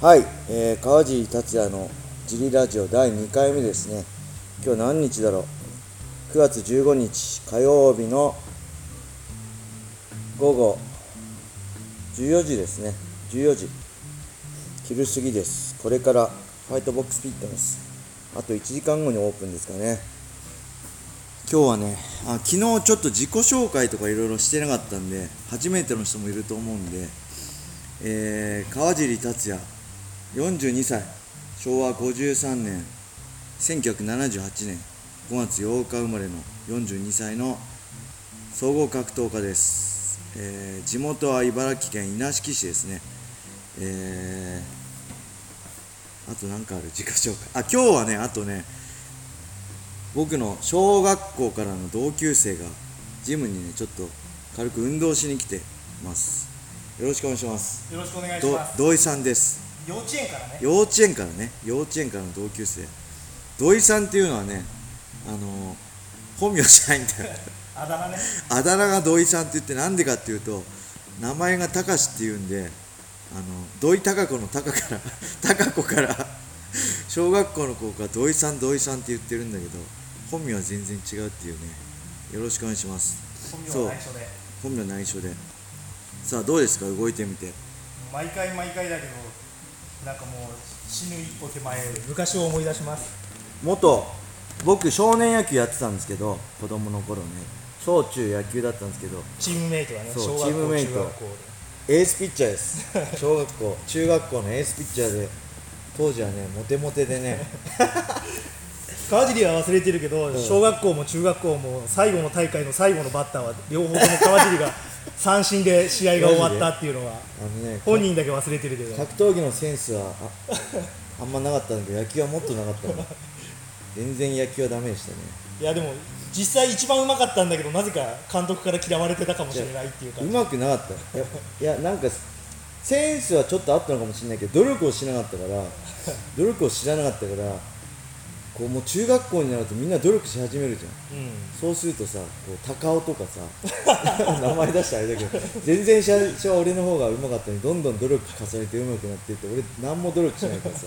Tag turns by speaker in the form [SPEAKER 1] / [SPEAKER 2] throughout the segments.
[SPEAKER 1] はい、えー、川尻達也のジリラジオ第2回目ですね今日何日だろう9月15日火曜日の午後14時ですね14時昼過ぎですこれからファイトボックスフィットネスあと1時間後にオープンですかね今日はねあ昨日ちょっと自己紹介とかいろいろしてなかったんで初めての人もいると思うんで、えー、川尻達也42歳昭和53年1978年5月8日生まれの42歳の総合格闘家です、えー地元は茨城県稲敷市ですねえーあと何かある自己紹介あ今日はねあとね僕の小学校からの同級生がジムにねちょっと軽く運動しに来てますよろしくお願いします
[SPEAKER 2] よろしくお願いし
[SPEAKER 1] ど
[SPEAKER 2] ます。
[SPEAKER 1] 土井さんです
[SPEAKER 2] 幼稚園からね。
[SPEAKER 1] 幼稚園からね幼稚園からの同級生土井さんっていうのはねあのー本名じゃないんだよ
[SPEAKER 2] あだ名ね。
[SPEAKER 1] あだ名が土井さんって言ってなんでかっていうと名前がたかしっていうんであの土井たか子のたかから たか子から小学校の子が土井さん土井さんって言ってるんだけど本名は全然違うっていうねよろしくお願いします
[SPEAKER 2] 本名
[SPEAKER 1] そう
[SPEAKER 2] は内緒で。
[SPEAKER 1] 本名内緒でさあどうですか動いてみて
[SPEAKER 2] 毎回毎回だけど、なんかもう死ぬ一歩手前。昔を思い出します。
[SPEAKER 1] 元僕少年野球やってたんですけど子供の頃ね小中野球だったんですけど
[SPEAKER 2] チームメイトがね、
[SPEAKER 1] そうチ
[SPEAKER 2] 小
[SPEAKER 1] ーム
[SPEAKER 2] 学校、
[SPEAKER 1] メイ
[SPEAKER 2] 中
[SPEAKER 1] ト
[SPEAKER 2] 学校
[SPEAKER 1] エースピッチャーです小学校 中学校のエースピッチャーで当時はねモテモテでね
[SPEAKER 2] で。川尻は忘れてるけど、
[SPEAKER 1] ん
[SPEAKER 2] 小学校も中学校も最後の大会の最後のバッターは両方とも川 尻が三振で試合が終わったっていうのは
[SPEAKER 1] あのね
[SPEAKER 2] 本人だけ忘れてるけど、
[SPEAKER 1] 格闘技のセンスはああんまなかったんだけど野球はもっとなかったの全然野球はダメでしたね
[SPEAKER 2] いやでも実際一番うまかったんだけどなぜか監督から嫌われてたかもしれないっていうか
[SPEAKER 1] う。まくなかったいやいや なんかセンスはちょっとあったのかもしれないけど努力をしなかったから努力を知らなかったからこうもう中学校になるとみんな努力し始めるじゃん
[SPEAKER 2] うん。
[SPEAKER 1] そうするとさ、こう高尾とかさ、名前出してあれだけど、全然最初は俺の方が上手かったのに、どんどん努力重ねて上手くなってって、俺、何も努力しないからさ、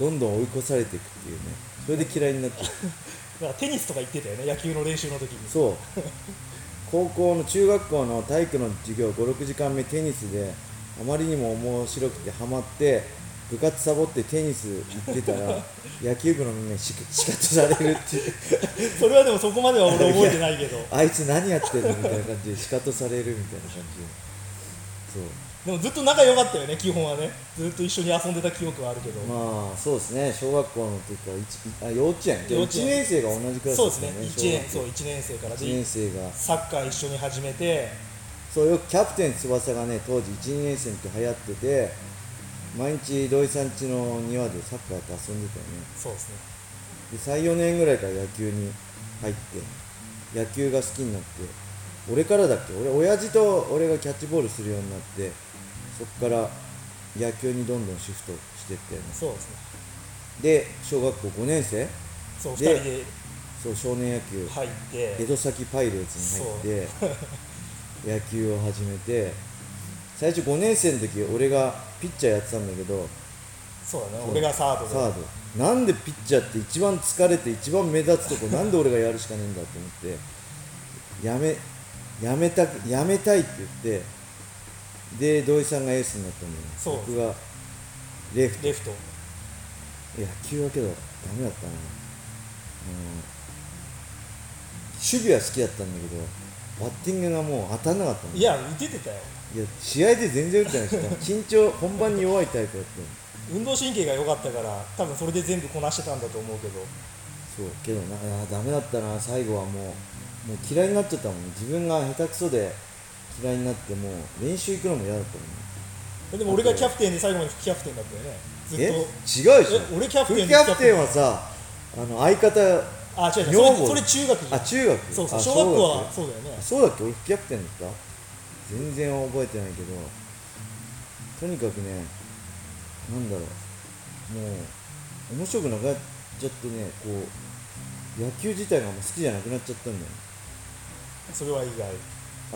[SPEAKER 1] どんどん追い越されていくっていうね、それで嫌いになって、
[SPEAKER 2] だからテニスとか言ってたよね、野球の練習の時に。
[SPEAKER 1] そう、 高校の中学校の体育の授業、5、6時間目、テニスで、あまりにも面白くて、ハマって、部活サボってテニス行ってた ら、野球部のみんなにしかしかとされるっていう。
[SPEAKER 2] それはでもそこまでは俺覚えてないけど
[SPEAKER 1] あいつ何やってんのみたいな感じで仕方されるみたいな感じでそう
[SPEAKER 2] でもずっと仲良かったよね基本はねずっと一緒に遊んでた記憶はあるけど、
[SPEAKER 1] まあそうですね小学校の時から一あ幼稚園
[SPEAKER 2] 幼稚園
[SPEAKER 1] 1年生が同じクラス
[SPEAKER 2] そうですね1年
[SPEAKER 1] 小
[SPEAKER 2] そう
[SPEAKER 1] 学校
[SPEAKER 2] 1年生から
[SPEAKER 1] 一
[SPEAKER 2] で
[SPEAKER 1] 年生が
[SPEAKER 2] サッカー一緒に始めて
[SPEAKER 1] そうよくキャプテン翼がね当時1年生の時流行ってて毎日土井さん家の庭でサッカーやって遊んでたよね
[SPEAKER 2] そうですね
[SPEAKER 1] で34年ぐらいから野球に入って野球が好きになって俺からだっけ俺親父と俺がキャッチボールするようになってそこから野球にどんどんシフトしていったよね
[SPEAKER 2] そうですね
[SPEAKER 1] で小学校5年生
[SPEAKER 2] そう2
[SPEAKER 1] で
[SPEAKER 2] 人で
[SPEAKER 1] そう少年野球
[SPEAKER 2] 入って
[SPEAKER 1] 江戸崎パイレーツに入って野球を始めて最初5年生の時俺がピッチャーやってたんだけど
[SPEAKER 2] そうだね
[SPEAKER 1] そう
[SPEAKER 2] 俺がサードで
[SPEAKER 1] サードなんでピッチャーって一番疲れて一番目立つとこなんで俺がやるしかねえんだと思ってやめやめたくやめたいって言ってで土井さんがエースになったんだよね
[SPEAKER 2] そう
[SPEAKER 1] 僕がレフト
[SPEAKER 2] レフト
[SPEAKER 1] 野球だけどダメだったな、うん、守備は好きだったんだけどバッティングがもう当たんなかったの
[SPEAKER 2] いや打ててたよ
[SPEAKER 1] いや試合で全然打って ないし緊張本番に弱いタイプだったの
[SPEAKER 2] 運動神経が良かったから多分それで全部こなしてたんだと思うけど
[SPEAKER 1] そうけどなあーダメだったな最後はもうもう嫌いになっちゃったもんね自分が下手くそで嫌いになってもう練習行くのも嫌だったもんね
[SPEAKER 2] えでも俺がキャプテンで最後まで副キャプテンだったよねずっと
[SPEAKER 1] え違うでしょ
[SPEAKER 2] え俺キャプテン
[SPEAKER 1] 副キャプテンはさあの相方
[SPEAKER 2] あ違う
[SPEAKER 1] 女
[SPEAKER 2] 違うそれ
[SPEAKER 1] 房
[SPEAKER 2] それ中学じゃ
[SPEAKER 1] あ
[SPEAKER 2] ん
[SPEAKER 1] 中学
[SPEAKER 2] そうそう
[SPEAKER 1] あ
[SPEAKER 2] 小学校
[SPEAKER 1] 小
[SPEAKER 2] はそうだよね
[SPEAKER 1] そうだっけ俺副キャプテンだった全然覚えてないけどとにかくねなんだろうもう面白くなくなっちゃってねこう野球自体がもう好きじゃなくなっちゃったんだよね
[SPEAKER 2] それは意外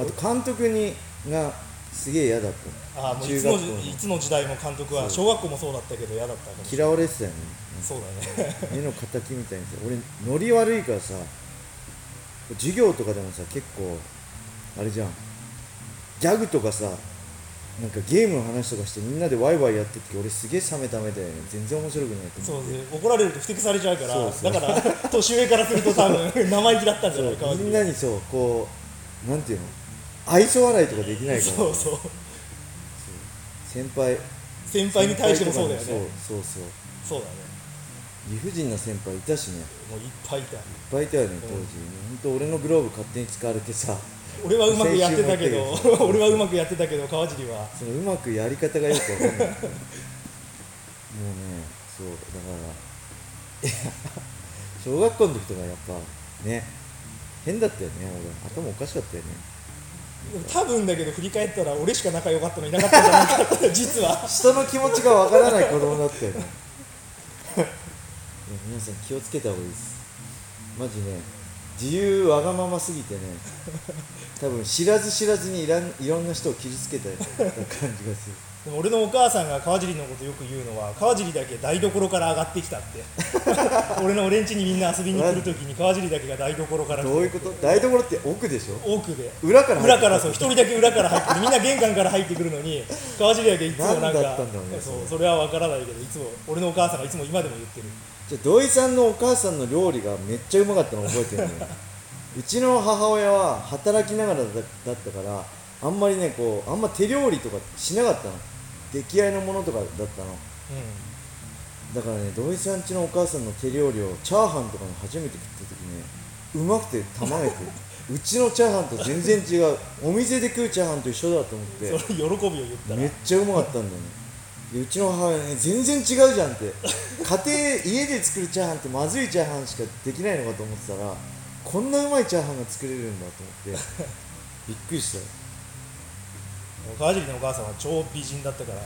[SPEAKER 1] あと監督にがすげえ嫌だっ
[SPEAKER 2] ああ
[SPEAKER 1] た
[SPEAKER 2] もうい
[SPEAKER 1] 中
[SPEAKER 2] つの
[SPEAKER 1] 学校の
[SPEAKER 2] 時いつの時代も監督は小学校もそうだったけど嫌だったかもしれ
[SPEAKER 1] 嫌われてたよね
[SPEAKER 2] ないそうだね
[SPEAKER 1] 目の敵みたいにさ俺ノリ悪いからさ授業とかでもさ結構あれじゃんギャグとかさなんかゲームの話とかしてみんなでワイワイやってって俺すげえ冷めた目で全然面白くないと
[SPEAKER 2] そ
[SPEAKER 1] 思
[SPEAKER 2] うです怒られると不適されちゃうから
[SPEAKER 1] そうそう
[SPEAKER 2] だから年上からすると多分 生意気だったんじゃないか
[SPEAKER 1] うみんなにそうこうなんていうの愛想笑いとかできないから
[SPEAKER 2] そうそう
[SPEAKER 1] 先輩
[SPEAKER 2] 先輩に対してもそうだよ
[SPEAKER 1] 先輩と
[SPEAKER 2] ね
[SPEAKER 1] かにそうそうそう
[SPEAKER 2] そうだね
[SPEAKER 1] 理不尽な先輩いたしねいっ
[SPEAKER 2] もういっぱいいた
[SPEAKER 1] ぱいいたよね当時、本当俺のグローブ勝手に使われてさ
[SPEAKER 2] 俺はうまくやってたけ
[SPEAKER 1] 青
[SPEAKER 2] ど
[SPEAKER 1] 春の
[SPEAKER 2] 俺はうまくやってたけど川尻は
[SPEAKER 1] そのうまくやり方がよくわかんないもうねそうだから いや小学校の時とかやっぱね変だったよね俺頭おかしかったよね
[SPEAKER 2] 多分だけど振り返ったら俺しか仲良かったのいなかったんじゃないかって実は
[SPEAKER 1] 人の気持ちがわからない子供だったよね いや皆さん気をつけた方がいいですマジね自由わがまますぎてね多分知らず知らずにいらんいろんな人を傷つけたような感じがする
[SPEAKER 2] でも俺のお母さんが川尻のことよく言うのは川尻だけ台所から上がってきたって 俺の俺ん家にみんな遊びに来るときに川尻だけが台所から来て
[SPEAKER 1] どういうこと台所って奥でしょ
[SPEAKER 2] 奥で
[SPEAKER 1] 裏から入って
[SPEAKER 2] 裏からそう一人だけ裏から入ってくるみんな玄関から入ってくるのに川尻だけいつもなんか
[SPEAKER 1] 何だったんだろうね
[SPEAKER 2] そ
[SPEAKER 1] そうれ
[SPEAKER 2] それは分からないけどいつも俺のお母さんがいつも今でも言ってる
[SPEAKER 1] じゃあ土井さんのお母さんの料理がめっちゃうまかったの覚えてるのようちの母親は働きながらだだったからあんまりねこうあんま手料理とかしなかったの出来合いのものとかだったの
[SPEAKER 2] う
[SPEAKER 1] だからね土井さんちのお母さんの手料理をチャーハンとかに初めて食った時ねうまくてたまげてうちのチャーハンと全然違うお店で食うチャーハンと一緒だと思って
[SPEAKER 2] んそれ喜びを言ったら
[SPEAKER 1] めっちゃうまかったんだよねでうちの母親ね全然違うじゃんって家庭家で作るチャーハンってまずいチャーハンしかできないのかと思ってたらこんなうまいチャーハンが作れるんだと思ってびっくりしたよ
[SPEAKER 2] 川尻のお母さんは超美人だったから
[SPEAKER 1] い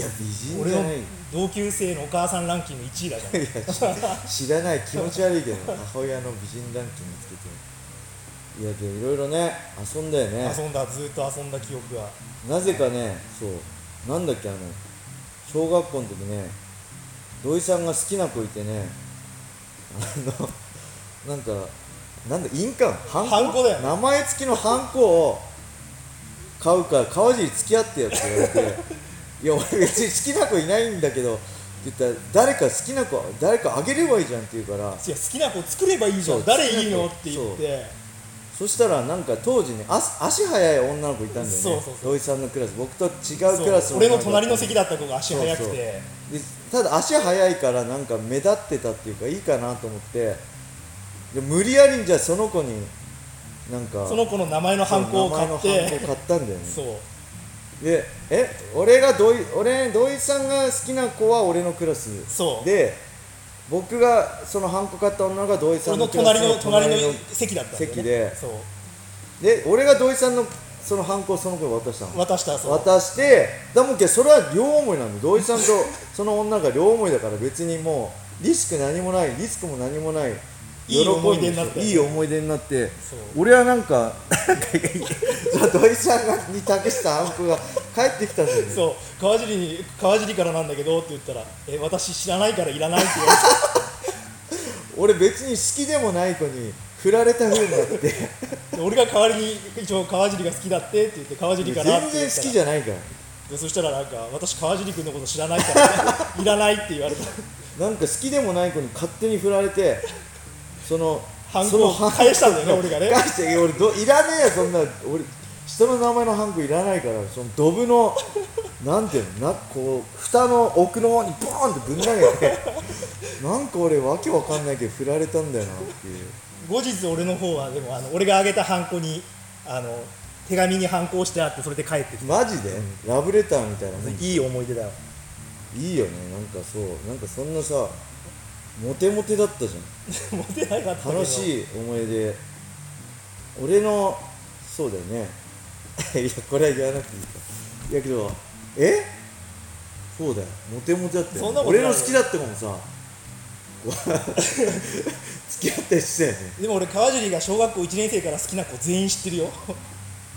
[SPEAKER 1] や美人
[SPEAKER 2] 俺
[SPEAKER 1] じゃ
[SPEAKER 2] の
[SPEAKER 1] ないよ
[SPEAKER 2] 同級生のお母さんランキング1位だから
[SPEAKER 1] 知らない気持ち悪いけど母親の美人ランキングつけていやでいろいろね遊んだよ ね
[SPEAKER 2] 遊んだずっと遊んだ記憶が
[SPEAKER 1] なぜかねそうなんだっけあの小学校の時ね土井さんが好きな子いてねあのなんかなんだ印鑑ハンコ
[SPEAKER 2] ハンコだよね
[SPEAKER 1] 名前付きのハンコを買うから川尻付き合ってよって言われ ていや俺別に好きな子いないんだけどって言ったら誰か好きな子誰かあげればいいじゃんって言うから
[SPEAKER 2] いや好きな子作ればいいじゃ
[SPEAKER 1] そうん
[SPEAKER 2] 誰いいのっ
[SPEAKER 1] 好
[SPEAKER 2] て
[SPEAKER 1] きな
[SPEAKER 2] 言
[SPEAKER 1] 子
[SPEAKER 2] って
[SPEAKER 1] そしたらなんか当時ね足足速い女の子いたんだよね
[SPEAKER 2] そうそうそう
[SPEAKER 1] 土井さんのクラス僕と違う
[SPEAKER 2] そう
[SPEAKER 1] クラス
[SPEAKER 2] 俺
[SPEAKER 1] 女
[SPEAKER 2] の
[SPEAKER 1] 子
[SPEAKER 2] 隣の席だった子が足速くて
[SPEAKER 1] でただ足速いからなんか目立ってたっていうかいいかなと思ってで無理やりにじゃあその子になんか
[SPEAKER 2] その子の名前のハンコを買っ
[SPEAKER 1] そう名前のハン
[SPEAKER 2] て
[SPEAKER 1] コを買ったんだよね
[SPEAKER 2] そう
[SPEAKER 1] でえ俺が土井俺土井さんが好きな子は俺のクラス
[SPEAKER 2] そう
[SPEAKER 1] で僕がそのハンコ買った女の子が土井さ
[SPEAKER 2] 俺
[SPEAKER 1] ん
[SPEAKER 2] の
[SPEAKER 1] のクラ
[SPEAKER 2] 隣
[SPEAKER 1] ス
[SPEAKER 2] の隣
[SPEAKER 1] 隣
[SPEAKER 2] の
[SPEAKER 1] の
[SPEAKER 2] 席だったんだよね
[SPEAKER 1] 席で
[SPEAKER 2] そう
[SPEAKER 1] で俺が土井さんのそのハンコをその子に渡したの
[SPEAKER 2] 渡したそう
[SPEAKER 1] 渡してだもんけそれは両思いなの土井さん とその女が両思いだから別にもうリスク何もないリスクも何もない
[SPEAKER 2] いい思い出になったよね
[SPEAKER 1] いい思い出になって
[SPEAKER 2] そう
[SPEAKER 1] 俺はなんかなんかそう土井さんがに託したあんこが帰ってきたんだよね
[SPEAKER 2] そう川尻に川尻からなんだけどって言ったら「え私知らないからいらない」って言わ
[SPEAKER 1] 俺別に好きでもない子に振られた風になって
[SPEAKER 2] れて俺が代わりに一応川尻が好きだってって言って川尻
[SPEAKER 1] 全
[SPEAKER 2] か
[SPEAKER 1] 然
[SPEAKER 2] らっ
[SPEAKER 1] 好
[SPEAKER 2] て言ったら
[SPEAKER 1] きじゃないから
[SPEAKER 2] でそしたらなんか私川尻君のこと知らないからいら ないって言われた
[SPEAKER 1] なんか好きでもない子に勝手に振られ てその
[SPEAKER 2] ハン
[SPEAKER 1] そ
[SPEAKER 2] コ
[SPEAKER 1] の
[SPEAKER 2] を
[SPEAKER 1] ハンコ
[SPEAKER 2] 返したんだよね俺が ね
[SPEAKER 1] 返していや俺どいらねえよそんな俺人の名前のハンコいらないからそのドブのなんていうのなこう蓋の奥の方にボーンってぶん投げ てなんか俺わけわかんないけど振られたんだよなっていう
[SPEAKER 2] 後日俺の方はでもあの俺があげたハンコにあの手紙にハンコをしてあってそれで帰ってき
[SPEAKER 1] マジで、ラブレターみたいなもん
[SPEAKER 2] ていい思い出だよ
[SPEAKER 1] いいよねなんかそうなんかそんなさモテモテだったじゃん
[SPEAKER 2] モテなかったけど
[SPEAKER 1] 楽しい思い出俺のそうだよね いやこれは言わなくていいかいやけどえそうだよモテモテだったよ
[SPEAKER 2] そんなことない
[SPEAKER 1] 俺の好きだったもんさ こう付き合ったりしてたよね
[SPEAKER 2] でも俺川尻が小学校1年生から好きな子全員知ってるよ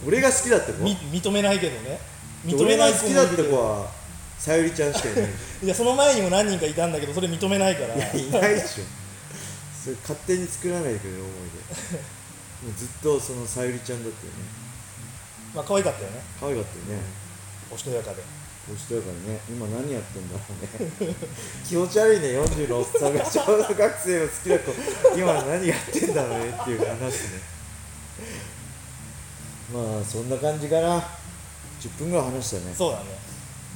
[SPEAKER 1] 俺が好きだって子
[SPEAKER 2] み認めないけどね認め
[SPEAKER 1] 俺
[SPEAKER 2] な
[SPEAKER 1] が
[SPEAKER 2] い
[SPEAKER 1] 好
[SPEAKER 2] 子
[SPEAKER 1] き
[SPEAKER 2] も
[SPEAKER 1] だ
[SPEAKER 2] い
[SPEAKER 1] っ
[SPEAKER 2] る
[SPEAKER 1] て
[SPEAKER 2] け
[SPEAKER 1] 子
[SPEAKER 2] ど
[SPEAKER 1] はさゆりちゃんしかいない
[SPEAKER 2] いやその前にも何人かいたんだけどそれ認めないから
[SPEAKER 1] いやいないでしょそれ勝手に作らないでくれる思い出もうずっとそのさゆりちゃんだったよね
[SPEAKER 2] まあ可愛かったよね
[SPEAKER 1] 可愛かったよね
[SPEAKER 2] おしとやかで
[SPEAKER 1] おしとやかにね今何やってんだろうね気持ち悪いね40のおっさんが小学生の好きな子今何やってんだろうねっていう話ねまあそんな感じかな10分ぐらい話したね
[SPEAKER 2] そうだね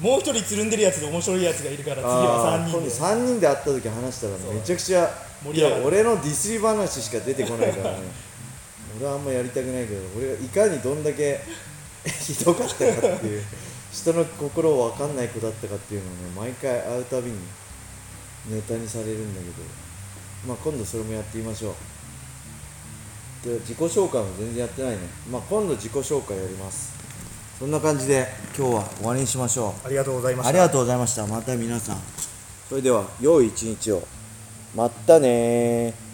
[SPEAKER 2] もう一人つるんでるやつで面白いやつがいるから次は
[SPEAKER 1] あー
[SPEAKER 2] 3人で
[SPEAKER 1] 今度3人で会った時話したら
[SPEAKER 2] そう
[SPEAKER 1] めちゃくちゃ
[SPEAKER 2] 盛
[SPEAKER 1] い
[SPEAKER 2] り上
[SPEAKER 1] や
[SPEAKER 2] がる
[SPEAKER 1] 俺のディスり話しか出てこないからね 俺はあんまやりたくないけど俺がいかにどんだけ ひどかったかっていう 人の心を分かんない子だったかっていうのをね毎回会うたびにネタにされるんだけどまあ今度それもやってみましょうで自己紹介も全然やってないねまあ今度自己紹介やりますそんな感じで今日は終わりにしましょう
[SPEAKER 2] ありがとうございました
[SPEAKER 1] ありがとうございましたまた皆さんそれでは良い一日をまったねー